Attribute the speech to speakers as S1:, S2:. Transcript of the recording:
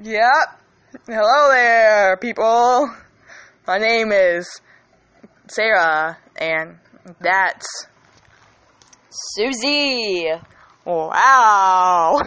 S1: Yep. Hello there, people. My name is Sarah, and that's
S2: Susie.
S1: wow.